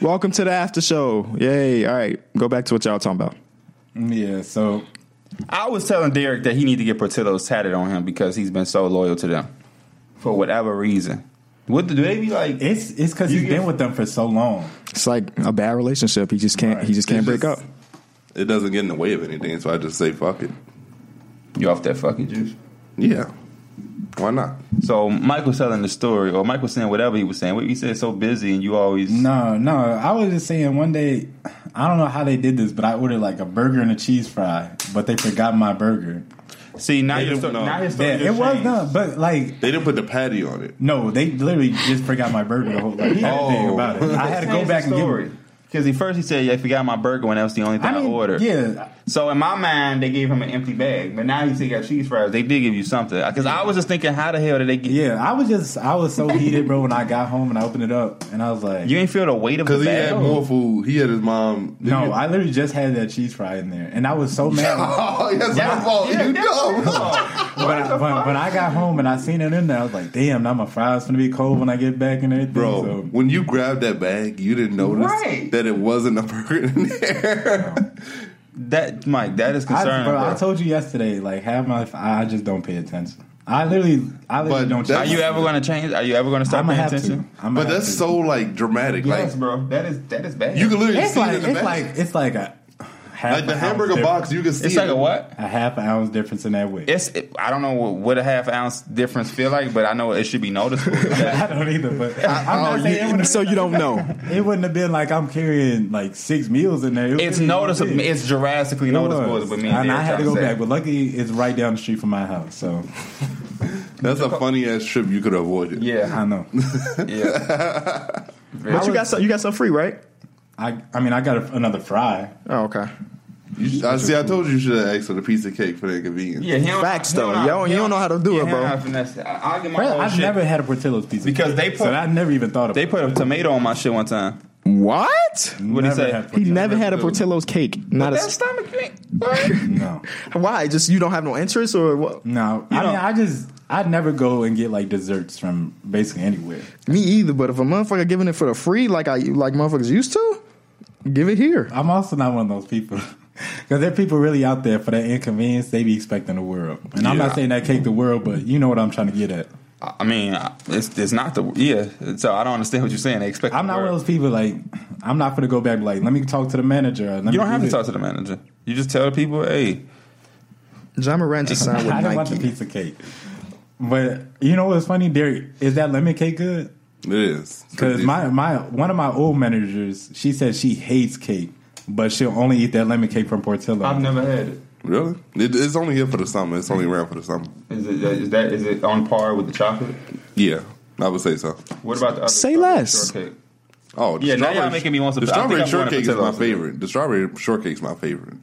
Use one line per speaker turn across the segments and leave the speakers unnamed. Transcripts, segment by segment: Welcome to the after show. Yay. All right. Go back to what y'all talking about.
Yeah, so
I was telling Derek that he need to get Portillo's tatted on him because he's been so loyal to them for whatever reason. What do they be like?
it's it's because he's
get-
been with them for so long.
It's like a bad relationship. He just can't he just can't break
It's
up.
just- It doesn't get in the way of anything, so I just say fuck it.
You off that fucking juice?
Yeah, why not?
So Mike was telling the story, or Mike was saying whatever he was saying. What you said, so busy, and you always
No, no. I was just saying one day, I don't know how they did this, but I ordered like a burger and a cheese fry, but they forgot my burger.
see now
They
you're
don't
sto-
know.
now you're
Yeah,
starting.
it was done, but like.
They didn't put the patty on it.
No, they literally just forgot my burger. The whole like, thing
Oh.
about it. I had to go back and get it.
because he first he said yeah, I forgot my burger when that was the only thing
I
I,
mean,
ordered.
yeah,
So in my mind, they gave him an empty bag, but now he said he got cheese fries. They did give you something because I was just thinking, how the hell did they get?
yeah. I was just, I was so heated, bro. When I got home and I opened it up, and I was like,
You ain't feel the weight of the
Because he
bag.
had more food. He had his mom.
No, I literally just had that cheese fry in there, and I was so mad.
Oh, that's my fault.
Yeah,
you
that's your
dumb.
fault.
when, I, when, when I got home and I seen it in there, I was like, "Damn, now my fries gonna be cold when I get back and everything."
Bro,
so,
when you grabbed that bag, you didn't notice
Right.
that it wasn't a burger in there.
That Mike, that is
I,
concerning.
bro,
bro.
I told you yesterday, like, have my, I just don't pay attention. I literally, I literally
But
don't.
that's-
Are you ever going to change? Are you ever going to stop
I'm gonna
paying
have
attention?
to. I'm
but that's so like dramatic.
Yes,
like
bro. That is that is bad.
you can literally
It's
see
like
it in the
it's
bag.
like it's like a half
Like
an
the
ounce
hamburger
difference-
box, you can see
it's
it.
like a what?
a half an ounce difference in that weight.
It's it, I don't know what, what a half ounce difference feel like, but I know it should be noticeable.
I don't either, but I'm not
Oh,
saying it
you-
wouldn't-
so you don't know.
It wouldn't have been like I'm carrying like six meals in there. It was
it's
really
noticeable.
big.
It's drastically
It was.
noticeable. is What me and,
and I
Derek
had to
trying
go
say.
back, but luckily it's right down the street from my house, so
That's a funny ass trip you could have avoided.
Yeah,
I know.
yeah.
But you got some, you got some free, right?
I I mean I got a, another fry.
Oh, okay.
You sh- I see. I told you you should have asked for the piece of cake for the inconvenience.
Yeah, he don't-
Facts,
he
though. You don't- you don't know how to do
yeah,
it,
he
bro.
don't know how to finesse it. I, will get my
Bro,
own
I've
Oh, shit.
never had a Portillo's pizza
Because they put-
so I never even thought of
They put a tomato on my shit one time.
What?
What'd he
Never
say?
had
He
Portillo's.
never had a Portillo's cake. Not a,
That stomach ain't-
no
why? Just you don't have no interest or what?
no.
You
I mean
don't-
I just I'd never go and get like desserts from basically anywhere.
Me either. But if a motherfucker giving it for the free, like I like motherfuckers used to, give it here.
I'm also not one of those people. Because there are people really out there for that inconvenience, they be expecting the world. And I'm not
Yeah.
saying that cake the world, but you know what I'm trying to get at.
I mean, I- it's it's not the yeah. So I don't understand what you're saying. They expect.
I'm
the
not one
world.
of those people like I'm not gonna go back and be like let me talk to the manager. or let me
You don't have
do
to
this.
talk to the manager. You just tell people, hey,
John Moran just signed with
I don't want a
Nike.
piece of cake. But you know what's funny, Derek? Is that lemon cake good?
It is
Because my my one of my old managers, she said she hates cake, but she'll only eat that lemon cake from Portillo.
I've never had it.
really it, it's only here for the summer. It's only around for the summer.
Is it is that is it on par with the chocolate?
Yeah, I would say so.
What about the other
Say
strawberry
less.
shortcake?
Oh, the
Yeah, now y'all
strawberry-
making me want some-
The
I think
strawberry
I'm going to
shortcake is my
Portillo's today.
favorite. The strawberry shortcake's my favorite.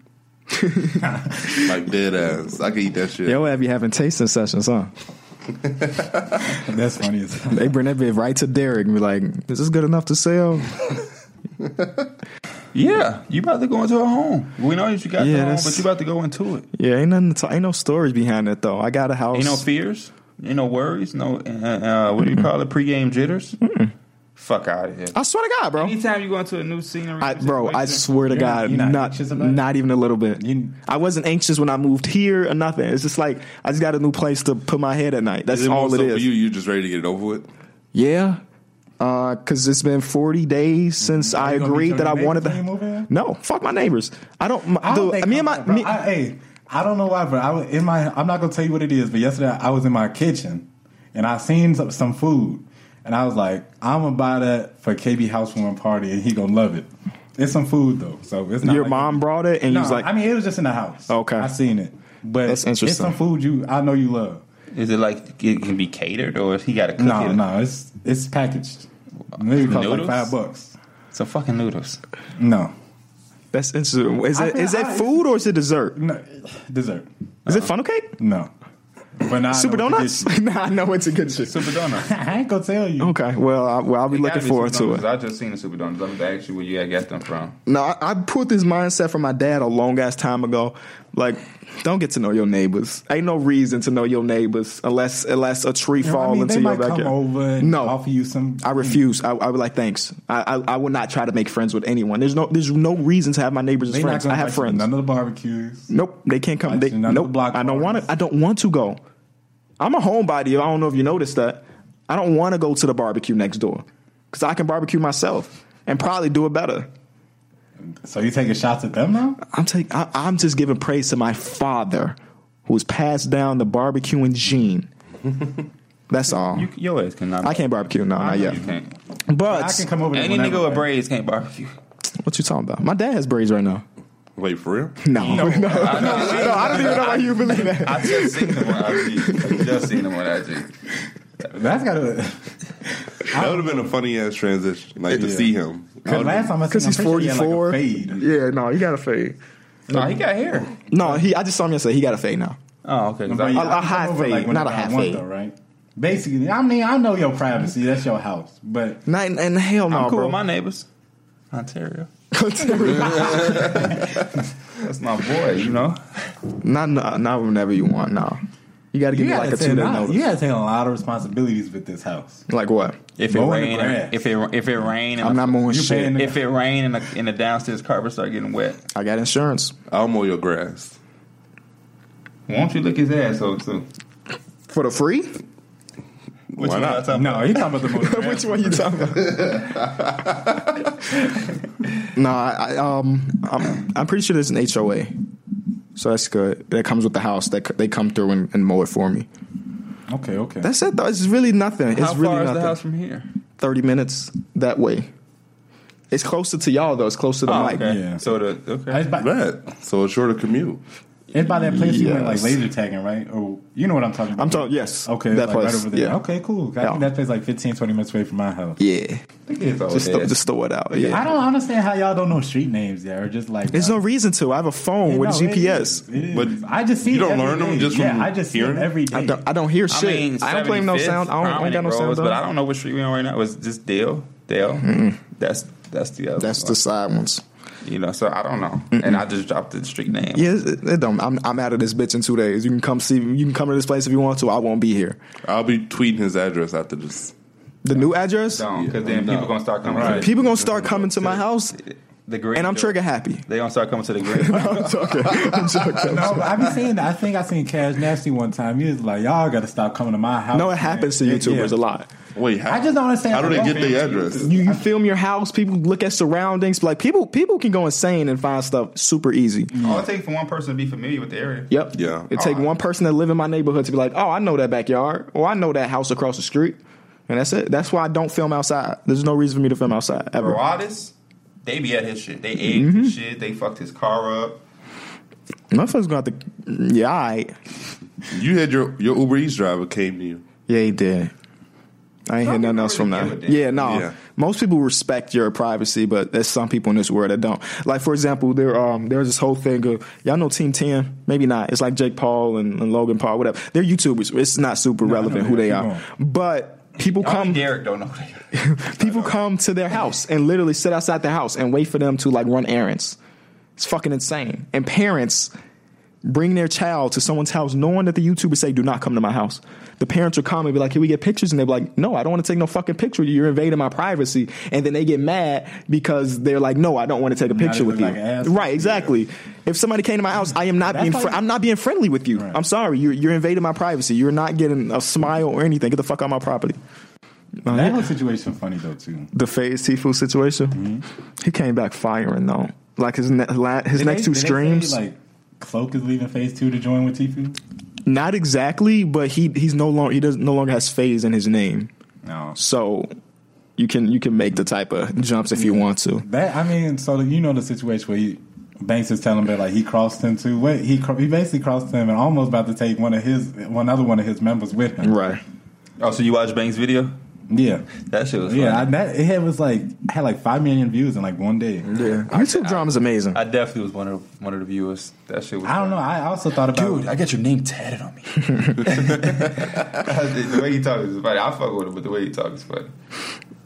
like dead ass, I could eat that shit.
Yo, have you having tasting sessions, huh?
That's funny. as hell.
They bring that bit right to Derek and be like, "Is this good enough to sell?"
Yeah, you about to go into a home. We know that you got
Yeah,
your home,
that's-
but you about to go into it.
Yeah, ain't nothing. To, ain't no stories behind it though. I got a house.
Ain't no fears, ain't no worries, no uh, uh, what do you call it? Pre-game jitters. Fuck out of here.
I swear to God, bro.
Anytime you go into a new scenery,
I, bro, I
situation,
swear to
You're not-
God,
you're not
not
anxious
not,
about it?
even a little bit.
You-
I wasn't anxious when I moved here or nothing. It's just like I just got a new place to put my head at night. That's
Is it more
all it
so
is.
For you, you just ready to get it over with.
Yeah, because it's been forty days since I
Mm-hmm. you gonna meet
agreed
your
that I
neighbors
wanted
when you move
to.
in?
No, fuck my neighbors. I don't. My,
I don't
dude,
think
me and
I'm
my
that, bro.
me,
I, hey, I don't know why, but I was in my. I'm not gonna tell you what it is, but yesterday I was in my kitchen and I seen some, some food, and I was like, I'm gonna buy that for KB housewarming party, and he gonna love it. It's some food though, so it's not
your
like-
mom brought it, and you
No,
was like,
I mean it was just in the house.
Okay.
I seen it, but
That's interesting.
It's some food you I know you love.
is it like it can be catered or he got to cook
No,
it?
no, it's it's packaged. Maybe cost like
Noodles?
five bucks.
So fucking noodles.
No,
"That's interesting. Is
I
it
feel-
is that
I-
food or is it dessert?
no dessert.
Is it funnel cake?
No, but now I
Super
know what to
donuts? Oh,
get
nah, I know it's a good shit.
Super donuts.
you. I ain't gonna tell you.
Okay, well, I, well, I'll be looking forward to it.
I just seen the super donuts. I'm gonna ask you where you got them from.
No, I, I put this mindset from my dad a long ass time ago. Like Don't get to know your neighbors. Ain't no reason to know your neighbors unless unless a tree
You know what
fall
I mean?
into
they
your
might
backyard.
come over and
no,
offer you some.
I refuse. I, I would like thanks. I, I I would not try to make friends with anyone. There's no there's no reason to have my neighbors as
They not
friends.
gonna
I have
invite you to
friends.
None of the barbecues.
Nope, they can't come. They,
Actually, none of the
nope,
block
I don't want
parties.
to. I don't want to go. I'm a homebody. I don't know if you noticed that. I don't want to go to the barbecue next door because I can barbecue myself and probably do it better.
So you taking shots at them now?
I'm taking. I'm just giving praise to my father, who's passed down the barbecuing gene. That's all.
You, your ass cannot.
I can't barbecue. No, not yet.
You can't.
I can
But
come over. to
Any
whenever,
nigga with
right?
braids can't barbecue.
what you talking about? My dad has braids right now.
Wait for real?
No, no, no.
I, know,
I don't even know why you believe that.
I just seen him on IG. Just seen him on IG.
That's gotta.
That would have been a funny ass transition. Like to
Yeah.
see him.
Because last time I
Because
seen him,
he's
I'm pretty sure he
44.
had, Like a fade.
yeah, no, he got a fade.
No, he got hair.
No, he. I just saw him yesterday. He got a fade now.
Oh, okay. 'cause I-
But yeah,
a
I can
high
come over,
fade, not a
whenever I
half
want,
fade.
though, right? Basically, I mean, I know your privacy. That's your house, but
Not in, in hell no,
I'm cool
bro.
with my neighbors. Ontario. That's my boy, you know?
not, not not whenever you want. No, you got to give
you
me
gotta
like a
take
two
a
day
lot-
notice.
you gotta take a lot of responsibilities with this house.
Like what?
If it
Mowing the
rain,
grass.
if it if it rain, and
I'm
the-
not mowing
You
shit.
paying-
If it rain and the, and the downstairs carpet start getting wet,
I got insurance.
I'll mow your grass.
won't you lick his asshole too?
For the free?
Which
Why
one
not?
y'all talking
No, he talking about the motor.
Which one you talking about? nah, I, I, um, I'm, I'm pretty sure there's an HOA, so that's good. That comes with the house. That c- they come through and, and mow it for me.
okay, okay.
That's it. Though. It's really nothing. It's
How
really
far is
nothing.
the house from here?
Thirty minutes that way. It's closer to y'all though. It's closer
Oh,
to Mike.
okay.
Yeah.
So the okay.
it's, by,
But so it's shorter commute.
it's by that place you went like
Yes.
laser tagging, right? Or you know what I'm talking about?
I'm talking. Yes.
Okay,
That
like
place.
right over there.
Yeah.
Okay, cool. I
Yeah.
think that place like 15, 20 minutes away from my house.
Yeah.
It's all
Just, th-
dead.
just throw it out. Yeah.
I don't understand how y'all don't know street names yet, or just like
There's no reason to. I have a phone
You
with
know,
a
it
GPS.
is. It is.
But
I just see
you
it
don't
every
learn them
day.
just
yeah,
from
I just see
hearing
it
them?
every day.
I don't, I don't hear
I
shit. I,
mean,
don't play no
75th
sound. I don't, I ain't got no
Prominent
sound.
Groves, but I
on.
don't know which street we on right now. It's just Dale, Dale. That's that's the other.
That's
one.
the side ones.
you know. So I don't know, and I just dropped the street name.
Yeah, it, it don't. I'm, I'm out of this bitch in two days. You can come see. You can come to this place if you want to. I won't be here.
I'll be tweeting his address after this.
The new address.
Don't, because then
No.
people gonna start coming.
Right.
To
People gonna start coming to my house,
the, the green
and I'm
door.
trigger happy.
They gonna start coming to the green.
I'm joking. I'm joking.
No, but I be seeing that. I think I seen Cash Nasty one time. He was like, "Y'all got to stop coming to my house."
No, it happens to YouTubers a lot.
Wait, how,
I just don't understand
How do they
the
get the
welfare.
address?
You, you film your house. People look at surroundings. Like people, people can go insane and find stuff super easy.
All it takes for one person to be familiar with the area.
Yep.
Yeah.
It take
Alright.
one person that live in my neighborhood to be like, oh, I know that backyard, or I know that house across the street, and that's it. That's why I don't film outside. There's no reason for me to film outside ever.
Marauders, they be at his shit. They ate
Mm-hmm.
his shit. They fucked his car up.
Motherfuckers gonna have to. Yeah, all right.
You had your your Uber Eats driver came to you.
yeah, he did. I ain't hear nothing
Some people
else from
really
that.
give a damn.
Yeah, no.
Yeah.
Most people respect your privacy, but there's some people in this world that don't. Like for example, there um there's this whole thing of y'all know Team Ten, maybe not. It's like Jake Paul and, and Logan Paul, whatever. They're YouTubers. It's not super
I know
relevant who
that.
they
Keep
are,
going.
but people
Only
come.
Derek don't know. that.
People come to their house and literally sit outside their house and wait for them to like run errands. It's fucking insane. And parents bring their child to someone's house knowing that the YouTubers say, do not come to my house. The parents will come and be like, can we get pictures? And they're like, no, I don't want to take no fucking picture. with you. You're invading my privacy. And then they get mad because they're like, no, I don't want to take a picture
they
with
look
you.
like assholes.
right, exactly. If somebody came to my house, I am not
That's
being,
like-
fr- I'm not being friendly with you.
Right.
I'm sorry. You're, you're invading my privacy. You're not getting a smile or anything. Get the fuck out of my property.
That whole situation funny though too.
the phase Tfue situation. He came back firing though. Like his ne- la- his
Did
next two
Mm-hmm. they- did they say,
streams,
like Cloak is leaving Phase Two to join with Tifu.
not exactly, but he he's no longer he does no longer has phase in his name.
No,
So you can you can make the type of jumps if you want to.
that I mean, so you know the situation where he, Banks is telling him that like he crossed him too. What he cro- he basically crossed him and almost about to take one of his one other one of his members with him.
Right.
Oh, so you watch Banks' video?
Yeah,
That shit was funny.
yeah. I, that it had- was like had like five million views in like one day.
Yeah. YouTube drama is amazing.
I definitely was one of one of the viewers. That shit was.
I don't know. I also thought about
Dude, I got your name tatted on me. the way you talk is funny. I fuck with it, but the way you talk is funny.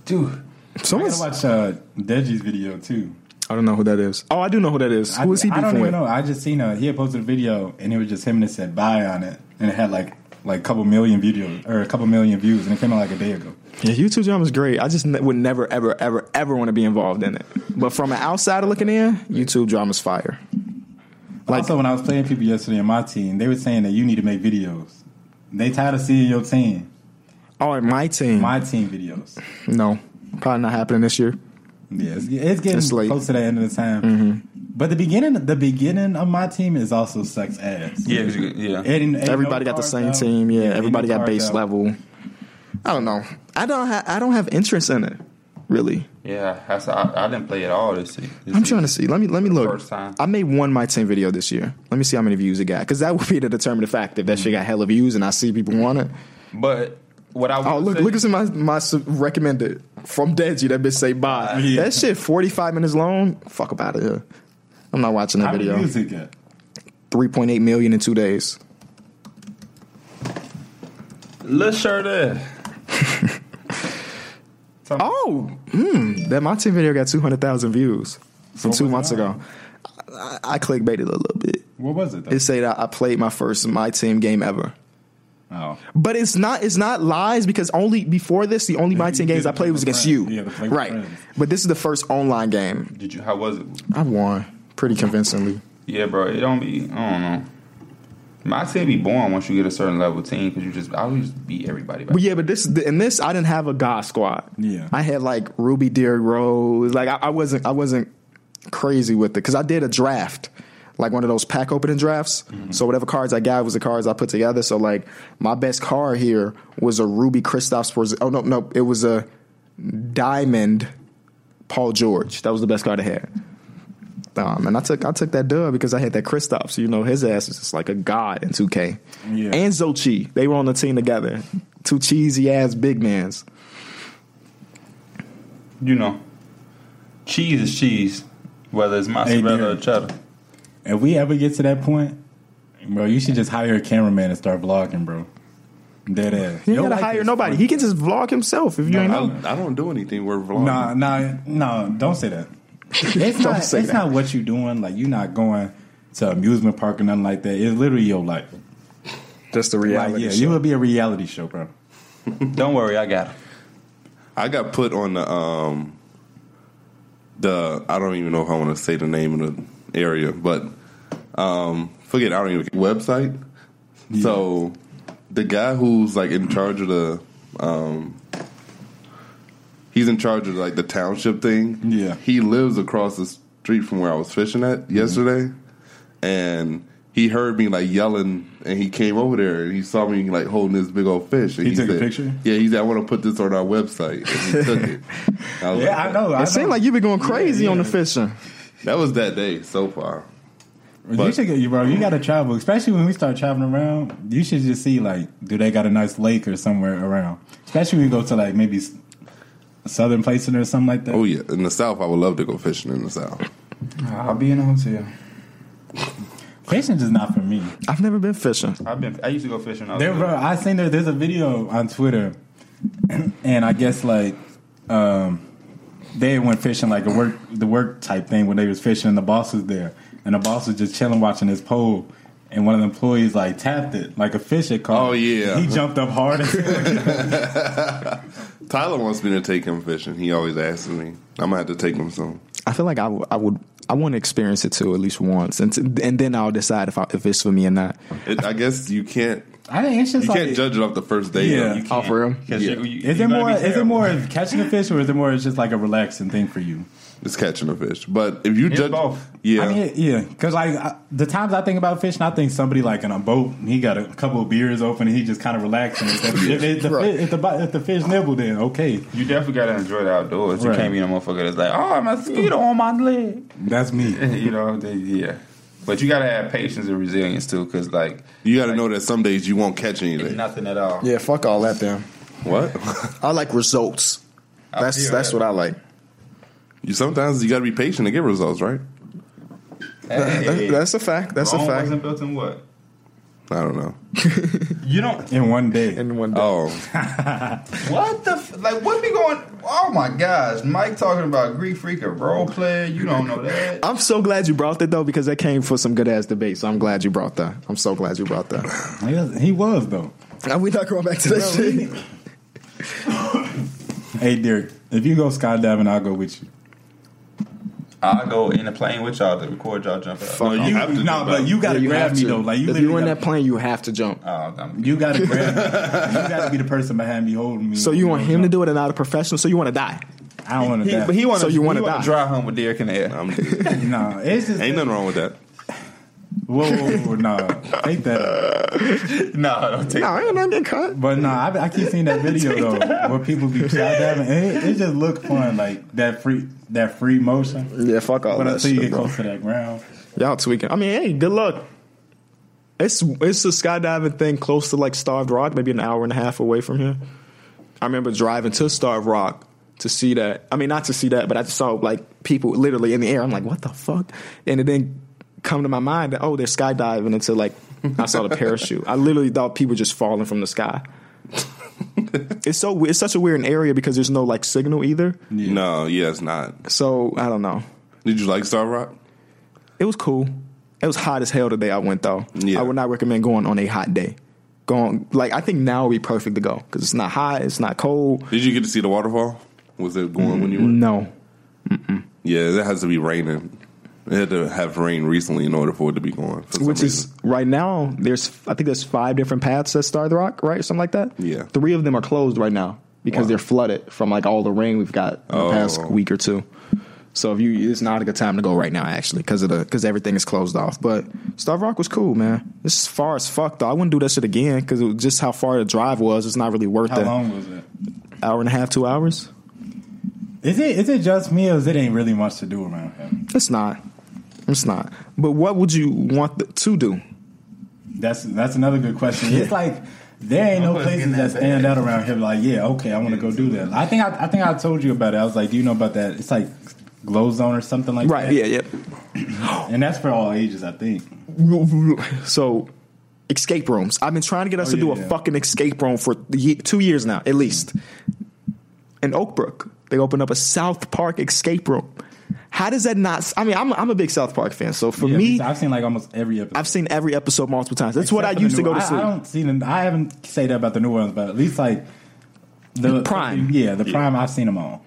Dude,
I gotta
Someone's
watch uh, Deji's video too.
I don't know who that is. Oh, I do know who that is.
I,
Who is he
I don't
beefing
even
with?
know. I just seen a he had posted a video and it was just him that said bye on it and it had like like a couple million video or a couple million views and it came out like a day ago.
Yeah, YouTube drama is great. I just ne- would never, ever, ever, ever want to be involved in it. But from an outsider looking in, YouTube drama's fire. Like-
also, when I was playing people yesterday in my team, they were saying that you need to make videos. They tired of seeing your team,
Oh, and my team.
my team videos.
no, probably not happening this year.
Yeah, it's, it's getting
It's late. Mm-hmm.
close to the end of the time. But the beginning, the beginning of my team is also sucks ass.
Yeah, 'cause you- yeah.
It ain't- ain't
Everybody
no
got the
cards
same
out.
team. Yeah,
ain't
everybody
no
got
cards
base
out.
level. I don't know. I don't. Ha- I don't have interest in it. Really,
yeah, that's, I, I didn't play at all this year. This
I'm
year.
trying to see. Let me let me look.
First time.
I made one my team video this year. Let me see how many views it got because that would be the determining factor. If that shit got hella views and I see people want it.
But what I
Oh
will
look!
say-
Look at some my my su- recommended from Deji that bitch say bye.
Yeah.
That shit 45 minutes long. Fuck about it. here. I'm not watching that
How many
video.
views it get?
3.8 million in two days.
Let's share that.
Oh, hmm. That my team video got 200,000 views from two
was
months
mine.
ago. I, I clickbaited a little bit.
What was it? Though?
It said I, I played my first my team game ever.
oh,
But it's not it's not lies because only before this the only my
you
team
get
games
to
I
play
played
with
was against
friends.
you.
You get to play with
Right.
friends.
But this is the first online game.
Did you? How was it?
I won pretty convincingly.
Yeah, bro. It don't be. I don't know. My team be boring once you get a certain level of team because you just I would just beat everybody. Back.
But yeah, but this in this I didn't have a God squad.
Yeah.
I had like Ruby Deer Rose. Like I, I wasn't I wasn't crazy with it because I did a draft, like one of those pack opening drafts. So whatever cards I got was the cards I put together. So like my best card here was a Ruby Kristaps. Porz- Oh no, no, it was a Diamond Paul George. That was the best card I had. Um, and I took I took that dub because I had that Kristaps. You know, his ass is just like a god in 2K.
Yeah.
And Zochi, they were on the team together. Two cheesy ass big mans.
You know, cheese is cheese, whether it's mozzarella or
dude.
cheddar.
if we ever get to that point, bro, you should just hire a cameraman and start vlogging, bro. Dead ass.
He ain't
Your
gotta
life
hire
is
nobody.
fun.
He can just vlog himself if you
No,
ain't
I
know.
don't, I don't do anything worth vlogging.
Nah, nah, nah. Don't say that. It's
Don't
not.
say
it's
that.
not what you doing. Like you're not going to amusement park or nothing like that. It's literally your life.
That's the
Like yeah, you would be a reality show, bro.
Don't worry, I got it.
I got put on the um the I don't even know if I want to say the name of the area, but um forget I don't even website. So the guy who's like in charge of the um he's in charge of like the township thing.
Yeah.
He lives across the street from where I was fishing at yesterday and he heard me like yelling, and he came over there and he saw me like holding this big old fish. And
He took a
said,
picture?
Yeah, he said, "I want to put this on our website." And he took it. I was
Yeah,
like,
I know. I
It seemed
know.
like you've been going crazy on the
yeah.
fishing.
That was that day so far.
you
but-
should get you, bro. You got to travel, especially when we start traveling around. You should just see like, do they got a nice lake or somewhere around? Especially when you go to like maybe s- southern places or something like that.
Oh yeah, in the south, I would love to go fishing in the south.
I'll be in a hotel.
Fishing's is not for me.
I've never been fishing.
I've been. I used to go fishing. Out
There, bro. I seen there. There's a video on Twitter, and I guess like um, they went fishing like a work the work type thing when they was fishing. and The boss was there, and the boss was just chilling watching his pole. And one of the employees like tapped it like a fish had caught.
Oh, yeah.
he jumped up hard.
Tyler wants me to take him fishing. He always asks me. I'm gonna have to take him soon.
I feel like I, w- I would I want to experience it too at least once, and t- and then I'll decide if I, if it's for me or not.
It, I guess you can't
I think it's just
you
like
can't judge it off the first day.
Yeah.
though. You
Oh, for real?
Yeah.
Is it more? Is it more of catching a fish, or is it more just like a relaxing thing for you?
It's catching a fish, but if you
It's
judge,
both.
yeah,
I mean, yeah, because like I, the times I think about fishing, I think somebody like in a boat, he got a couple of beers open, and he just kind of relaxing. If, the- if, if the,
Right.
fi- if, the, bu- if the fish nibble, then okay,
You definitely gotta enjoy the outdoors. You
Right.
can't be no motherfucker that's like, oh, my mosquito on my leg.
that's me.
you know, they, yeah. But you gotta have patience and resilience too, because like
you got to know that some days you won't catch anything.
nothing at all.
Yeah, fuck all that then.
What?
I like results. That's
feel
that's
that.
what I like.
You sometimes you gotta be patient to get results, right?
Hey,
That- that's a fact. That's a
Rome
fact.
Wasn't built in what?
I don't know.
You don't.
in one day.
in one day.
Oh,
What the? F- like, what be going? Oh my gosh, Mike talking about Greek freak a role player. You don't know that.
I'm so glad you brought that though because that came for some good ass debate. So I'm glad you brought that. I'm so glad you brought that.
He was- he was though.
Are we not going back to that shit?
Hey Derek, if you go skydiving, I'll go with you.
I'll go in the plane with y'all to record y'all jumping. up.
no, you
You-
have to.
nah,
jump
but
out.
you gotta
Yeah, you
grab
have
me
to.
though. Like you,
if
literally
you're in
gotta-
that plane, you have to jump.
Oh, I'm-
you gotta grab. me. You gotta be the person behind me holding me.
So you want him to do it and not a professional? So you want to die?
I don't want to
He-
die.
but he want
So
to.
you wanna die.
dry home with Derek in the air?
I'm,
no, it's just
ain't nothing wrong with that.
Whoa, whoa, whoa, no, take that.
no, don't take.
No, I ain't not getting cut.
But no, I, I keep seeing that video though, where people be skydiving. and It, it just look fun, like that free that free motion.
Yeah, fuck all
But
Oh, that
until you
shit,
get
bro.
close to that ground,
Y'all tweaking. I mean, hey, good luck. It's it's a skydiving thing close to like Starved Rock, maybe an hour and a half away from here. I remember driving to Starved Rock to see that. I mean, not to see that, but I just saw like people literally in the air. I'm like, what the fuck? And it didn't come to my mind that oh, they're skydiving until like I saw the parachute. I literally thought people just falling from the sky. it's so we- it's such a weird area because there's no like signal either.
No, yeah, it's not.
So I don't know.
Did you like Star Rock?
It was cool. It was hot as hell the day I went though.
Yeah.
I would not recommend going on a hot day. Going like I think now would be perfect to go because it's not hot, it's not cold.
Did you get to see the waterfall? Was it going when you went?
No,
Yeah, that has to be raining. It had to have rained recently in order for it to be going. for some
which is
reason.
right now. There's I think there's five different paths at Star Rock, right? Something like that.
Yeah.
three of them are closed right now because they're flooded from like all the rain we've got in the past
Oh.
week or two. So if you, it's not a good time to go right now actually because of the because everything is closed off. But Star Rock was cool, man. It's far as fuck though. I wouldn't do that shit again because just how far the drive was. It's not really worth
how
it.
long was it?
hour and a half, two hours.
Is it is it just me or is it ain't really much to do around here?
It's not. It's not. But what would you want the, to do?
That's that's another good question. It's
Yeah.
like there ain't no
Nobody's
places
getting
that
that
stand
bad.
out around here. Like, yeah, okay, I want to go do that. I think I, I think I told you about it. I was like, do you know about that? It's like glow zone or something like that.
yeah.
And that's for all ages, I think.
So, escape rooms. I've been trying to get us
Oh,
to do
yeah,
a
yeah.
fucking escape room for ye- two years now, at least. In Oakbrook, they opened up a South Park escape room. How does that not? s- I mean, I'm I'm a big South Park fan, so for
Yeah,
me,
I've seen like almost every episode.
I've seen every episode multiple times. That's what I
Except for
used
the
to go
new-
to
I,
sleep.
I don't see them. I haven't say that about the new ones, but at least like the
Prime.
yeah, the prime. I've seen them all.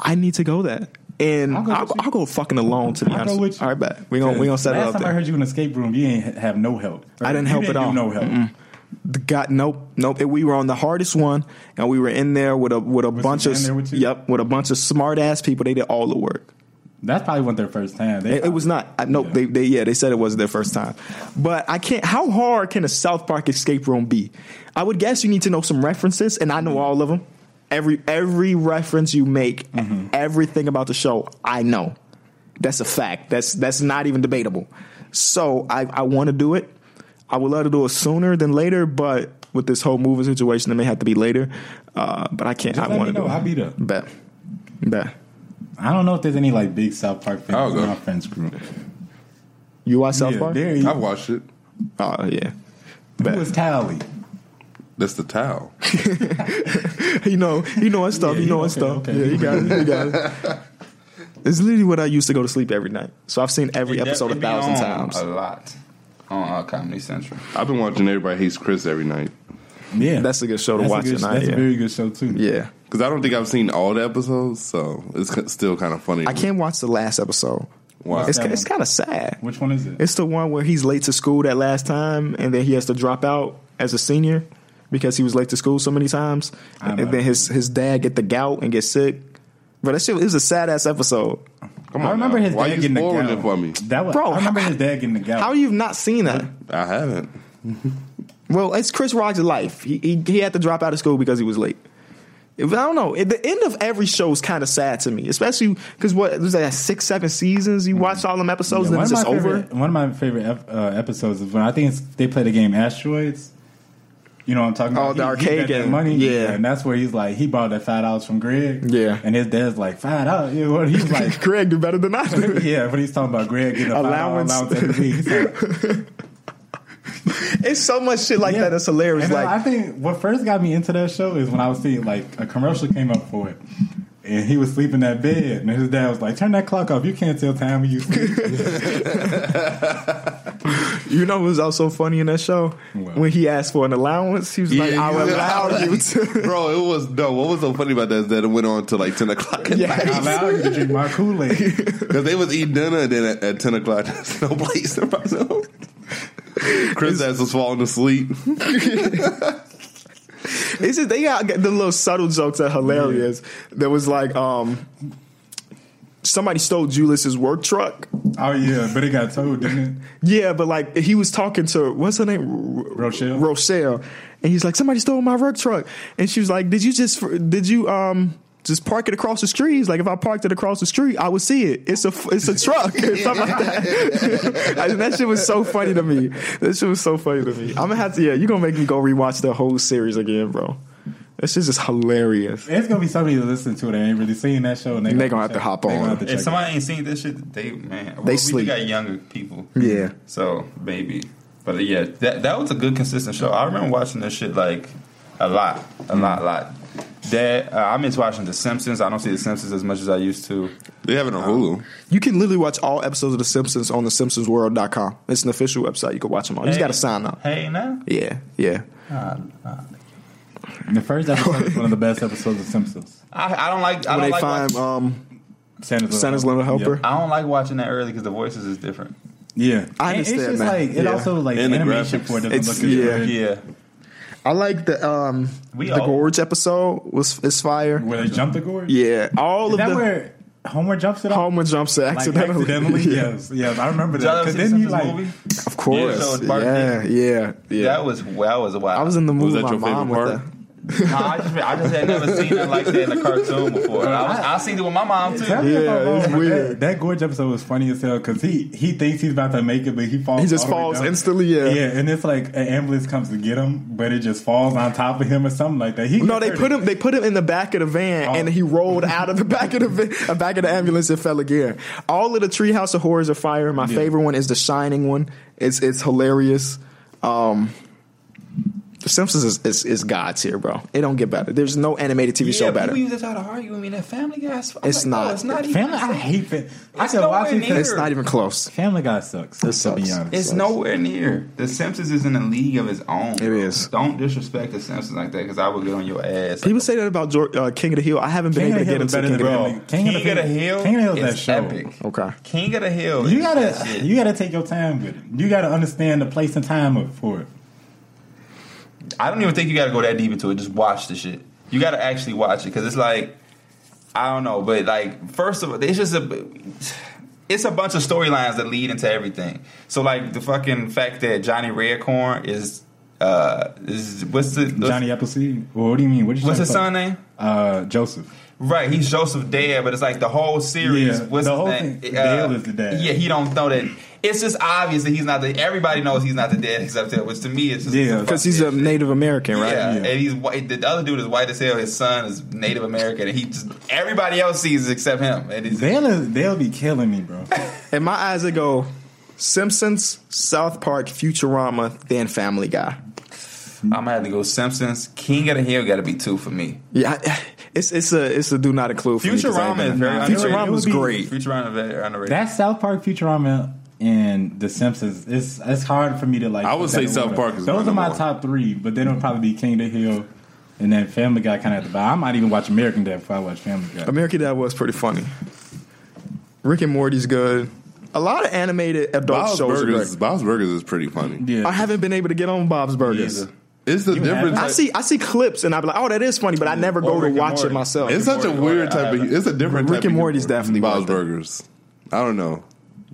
I need to go there. And
I'll
I'll
go
go,
with
I'll,
you.
go fucking alone to be
I'll go
honest.
with you.
All right, bet we gonna we gonna set it
Last
up
time
there.
I heard you in an escape room, you ain't have no help.
I didn't
You
help at
do
all.
No help.
The God, nope, nope. And we were on the hardest one, and we were in there with a with a bunch
the
of
man there with you?
yep, with a bunch of smart ass people. They did all the work.
That's probably wasn't their first time. They
It, it was not. I, nope.
Yeah.
They, they yeah. They said it wasn't their first time, but I can't. How hard can a South Park escape room be? I would guess you need to know some references, and I
Mm-hmm.
know all of them. Every every reference you make,
Mm-hmm.
everything about the show, I know. That's a fact. That's that's not even debatable. So I I want to do it. I would love to do it sooner than later, but with this whole moving situation, it may have to be later. Uh, but I can't. I
let
want
me
to do
know.
it.
I'll be there.
Bet. Bet.
I don't know if there's any like big South Park
I'll
fans
go.
in our friends group.
You watch South
yeah,
Park?
There you
I've watched it.
Oh yeah.
Who was Tally?
That's the towel.
You know, you know his stuff.
Yeah,
you know
you-
his
okay,
stuff.
okay.
Yeah, you got it. You got it. It's literally what I used to go to sleep every night. So I've seen every episode a thousand
Definitely be on
times.
A lot on uh, Comedy Central.
I've been watching Everybody Hates Chris every night
Yeah,
That's a good show to
That's a
watch
good-
at night.
That's
Yeah.
a very good show too.
yeah.
because I don't think I've seen all the episodes, so it's ki- still kind of funny.
I can't watch the last episode.
Why?
It's,
that
it's
one?
kind of sad.
Which one is it?
It's the one where he's late to school that last time, and then he has to drop out as a senior because he was late to school so many times,
I
and
know.
then his his dad get the gout and get sick. But that shit it was a sad ass episode.
Oh.
Come
I remember
now.
his
Why
dad
you
getting the
spoiling
gout
it for me?
That was,
Bro,
I remember
how-
his dad getting the gout.
How you've not seen that?
I haven't.
Well, it's Chris Rock's life. He, he he had to drop out of school because he was late. If- I don't know. At the end of every show is kind of sad to me, especially because what there's like six, seven seasons. You watch all them episodes,
Yeah,
and it's just
my
over.
favorite- One of my favorite ep- uh, episodes is when I think it's, they play the game Asteroids. You know what I'm talking about?
Oh, the
He- he
arcade
bet that
game.
Money,
Yeah.
and that's where he's like, he borrowed that five dollars from Greg.
Yeah.
and his dad's like five dollars. You know, what? he's like,
Craig do better than I do.
yeah, but he's talking about Greg getting a five dollar
Allowance.
allowance every week. He's like,
it's so much shit like
Yeah.
that. It's hilarious.
And, uh,
Like
I think what first got me into that show is when I was seeing like a commercial came up for it. And he was sleeping in that bed, and his dad was like, "Turn that clock off. You can't tell time when you sleep."
you know, what was also funny in that show
What?
when he asked for an allowance. He was like, "I will allow you to."
Bro, it was no. What was so funny about that is that it went on to like ten o'clock at
Yeah.
yeah.
I allow you to drink my Kool Aid.
because they was eating dinner and then at, at ten o'clock there's no place to find them. Chris ass was falling asleep.
It's just they got the little subtle jokes that are hilarious. That was like, um, somebody stole Julius's work truck.
Oh yeah, but it got told, didn't
Yeah, but like he was talking to what's her name,
it? Rochelle.
Rochelle, and he's like, "Somebody stole my work truck," and she was like, "Did you just did you um just park it across the street?" He's like, "If I parked it across the street, I would see it. It's a it's a truck." Or something like that. And that shit was so funny to me. That shit was so funny to me. I'm gonna have to yeah, you gonna make me go rewatch the whole series again, bro. That shit's just hilarious.
It's gonna be somebody to listen to that ain't really seen that show, and they,
And they gonna have to
check-
hop
they
on.
gonna have to check
If somebody ain't seen this shit, they man,
They
we,
sleep.
We got younger people,
Yeah.
so maybe. But yeah, that that was a good consistent show. I remember watching this shit like a lot, a lot, a lot. That uh, I miss watching The Simpsons. I don't see The Simpsons as much as I used to.
They have it on Hulu.
You can literally watch all episodes of The Simpsons on thesimpsonsworld.com. It's an official website. You can watch them all. You just
Hey.
gotta sign up.
Hey now,
Yeah, yeah.
it. The first episode is one of the best episodes of Simpsons.
I, I don't like. I
When
don't
they
like.
find
watch-
um
Santa's,
Santa's Little Helper.
I don't like watching that early because the voices is different.
I
Yeah, And
understand
It's just
that.
like it
Yeah.
also like
And the
animation
graphics.
for it doesn't
It's-
look as
yeah.
good.
Yeah,
I like the um
We
the
all-
gorge episode was is fire.
Where they jump the gourd.
Yeah, all
Is
of
that
the
where Homer jumps it off?
Homer jumps it
Like
accidentally.
accidentally? yes, yes, I remember that.
Y'all ever
Because
seen
then you
Simpsons
like,
movie?
of course.
Yeah, so it's Bart
Yeah, yeah, yeah,
That was that was wild.
I was in the
Was
movie.
that
with
your
My mom
favorite
with
part?
that.
No, I just I just had never seen it like that in a cartoon before. I, was, I seen it with my mom
tell
too.
me if
Yeah,
I'm wrong,
it's
but
weird.
That, that Gorge episode was funny as hell because he he thinks he's about to make it, but he falls.
He just
all the way
falls
down.
instantly. Yeah.
Yeah, and it's like an ambulance comes to get him, but it just falls on top of him or something like that. He
No, they
gets
put
hurt.
him. They put him in the back of the van,
Oh.
and he rolled out of the back of the van, uh, back of the ambulance and fell again. All of the Treehouse of Horrors are fire. My favorite one is the Shining one. It's it's hilarious. Um, the Simpsons is, is is gods here, bro. It don't get better. There's no animated TV show better.
use that to argue. I mean, that Family Guy. It's
It's like, no, not. it's
it's not even.
Family, I hate that. I
It's
can watch
nowhere
it.
near.
It's not even close.
Family Guy sucks. It To
sucks.
be honest,
It's nowhere near. The Simpsons is in a league of its own. It
is.
Don't disrespect the Simpsons like that because I would get on your ass.
People say that about Jor- uh, King of the Hill. I haven't been
King
able to
of the
get
Hill
into
is better
King of
than
the
Bro.
Hill.
King of
King,
the
of the
Hill-
Hill.
King of the Hill is that
is
show.
Epic.
Okay.
King of the Hill.
You
is
gotta
that shit.
you gotta take your time with it. You gotta understand the place and time of, for it.
I don't even think you gotta go that deep into it. Just watch the shit. You gotta actually watch it because it's like I don't know, but like first of all, it's just a it's a bunch of storylines that lead into everything. So like the fucking fact that Johnny Redcorn is uh is what's the what's,
Johnny Appleseed. Well, what do you mean? What you
what's
talking
his son
about?
name?
Uh, Joseph.
Right, he's Joseph Dale, but it's like the whole series.
Yeah,
what's
the
his
whole
name?
thing- Dale is the dad.
Yeah, he don't know that. It's just obvious that he's not the. Everybody knows he's not the dad except him, which to me is just
Yeah,
Because he's a Native American, right?
Yeah,
Yeah.
and he's white. The other dude is white as hell. His son is Native American, and he just everybody else sees it except him. And it's,
They'll they'll be killing me, bro.
In my eyes, they go Simpsons, South Park, Futurama, then Family Guy.
I'm gonna have to go Simpsons. King of the Hill got to be two for me.
Yeah, I- it's it's a it's a do not include. for me 'cause I ain't
Futurama is
been-
very underrated.
Futurama was
It would be-
great.
Futurama is very underrated.
That South Park, Futurama, and The Simpsons. It's it's hard for me to like.
I would
put that
say
in
South
order.
Park is
Those
my
are my
number one.
top three, but then it'll probably be King of the Hill, and then Family Guy kind of at the bottom. I might even watch American Dad before I watch Family Guy.
American Dad was pretty funny. Rick and Morty's good. A lot of animated adult
Bob's
shows. Are
Burgers,
great.
Bob's Burgers is pretty funny.
I haven't been able to get on Bob's Burgers.
Either.
It's the difference.
haven't?
I see I see clips and I be like, oh, that is funny, but I never go
Or Rick
to
and
watch it
Morty.
myself.
It's such a
Morty,
weird
I
type of.
haven't.
It's a different.
Rick
type
and
of
Morty's definitely
Bob's
worth it.
Burgers. I don't know.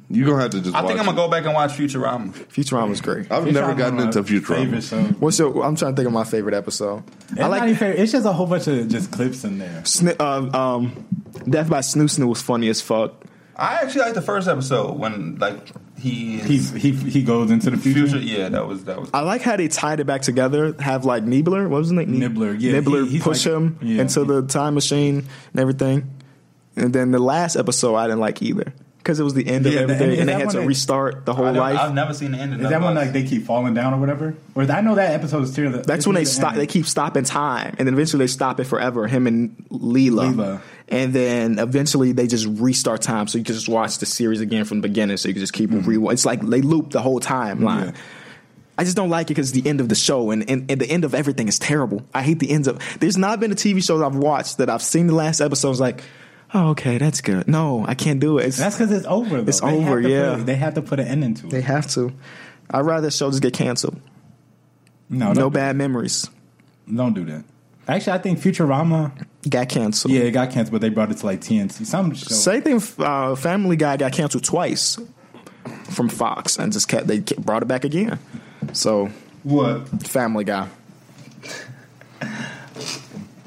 You are gonna have to just.
I
watch
think I'm gonna
it.
go back and watch Futurama.
Futurama's great.
I've never gotten into
Favorite
Futurama.
show.
What's your? I'm trying to think of my favorite episode. I
It's not
like
even favorite. It's just a whole bunch of just clips in there.
Sni- uh, um, Death by Snoo Snoo was funny as fuck.
I actually like the first episode when like he
He's
is
he he goes into the future.
future. Yeah, that was that was.
I like how they tied it back together. Have like Nibbler, what was his name? Nib-
Nibbler, yeah.
Nibbler
He- he's
push
like-
him
yeah.
into the time machine and everything. And then the last episode, I didn't like either. because it was the end of
Yeah, the-
everything,
is
and they
that
had
one
to
that-
restart the whole
I never-
life.
I've never seen the end of
Is that one
one
like they keep falling down or whatever? Or is- I know that episode is too.
That's when they stop. They keep stopping time, and then eventually they stop it forever. Him and Leela,
Leela.
and then eventually they just restart time, so you can just watch the series again from the beginning. So you can just keep re. It's like they loop the whole timeline.
Mm-hmm. Yeah.
I just don't like it because the end of the show and, and, and the end of everything is terrible. I hate the ends of. There's not been a TV show that I've watched that I've seen the last episode. I was like, oh, okay, that's good. No, I can't do it. It's-
That's because it's over. Though.
It's
They have
over,
to put-
yeah.
they have to put an end into it.
they have to. I'd rather the show just get canceled.
no,
No
don't,
bad memories.
Don't do that. Actually, I think Futurama.
Got canceled.
Yeah, it got canceled, but they brought it to like TNT. Some show.
Same thing. Uh, Family Guy got canceled twice from Fox, and just kept they kept- brought it back again. So
What?
Family Guy.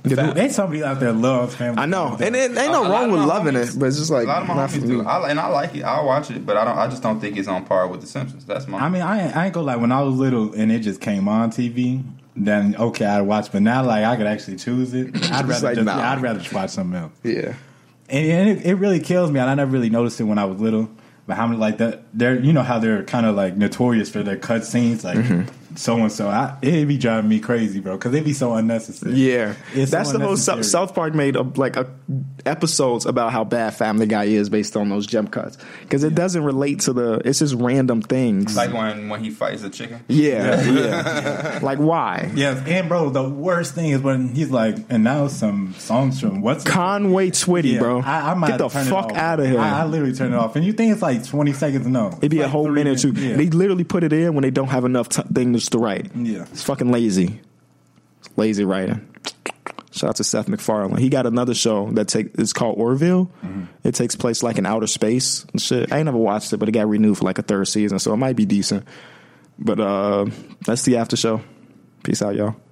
There's somebody out there love family.
I know,
Guy.
and it ain't
A
no
lot
wrong
of
with
my
loving
homies-
it, but it's just like
A lot of my
not for
homies
me.
do. I, and I like it. I watch it, but I don't. I just don't think it's on par with The Simpsons. That's my.
I mean, I ain't, I ain't gonna lie. When I was little and it just came on TV, then okay, I'd watch. But now, like, I could actually choose it. I'd rather
like,
just,
nah.
yeah, I'd rather just watch something else.
Yeah,
And, and it, it really kills me. And I never really noticed it when I was little. But how many like that? They're you know how they're kind of like notorious for their cut scenes, like
Mm-hmm.
so and so. It'd be driving me crazy, bro, because it'd be so unnecessary.
yeah.
It's
That's
so
the whole
unnecessary.
South, South Park made of like a, episodes about how bad Family Guy is based on those jump cuts because it doesn't relate to the. It's just random things.
like when when he fights a chicken.
yeah, yeah. like why?
Yes, and bro, the worst thing is when he's like, and now some songs from what's
Conway Twitty,
Yeah,
bro.
I, I might
Get the
turn it
fuck
off.
out of here.
I, I literally turn it off, and you think it's like twenty seconds? No,
It'd be
It's
a
like
whole
three
minute or two.
minutes.
They literally put it in when they don't have enough t- things to write.
Yeah.
It's fucking lazy. It's lazy writing. Shout out to Seth MacFarlane. He got another show that take it's called Orville.
Mm-hmm.
It takes place like in outer space and shit. I ain't never watched it, but it got renewed for like a third season, so it might be decent. But uh that's the after show. Peace out, y'all.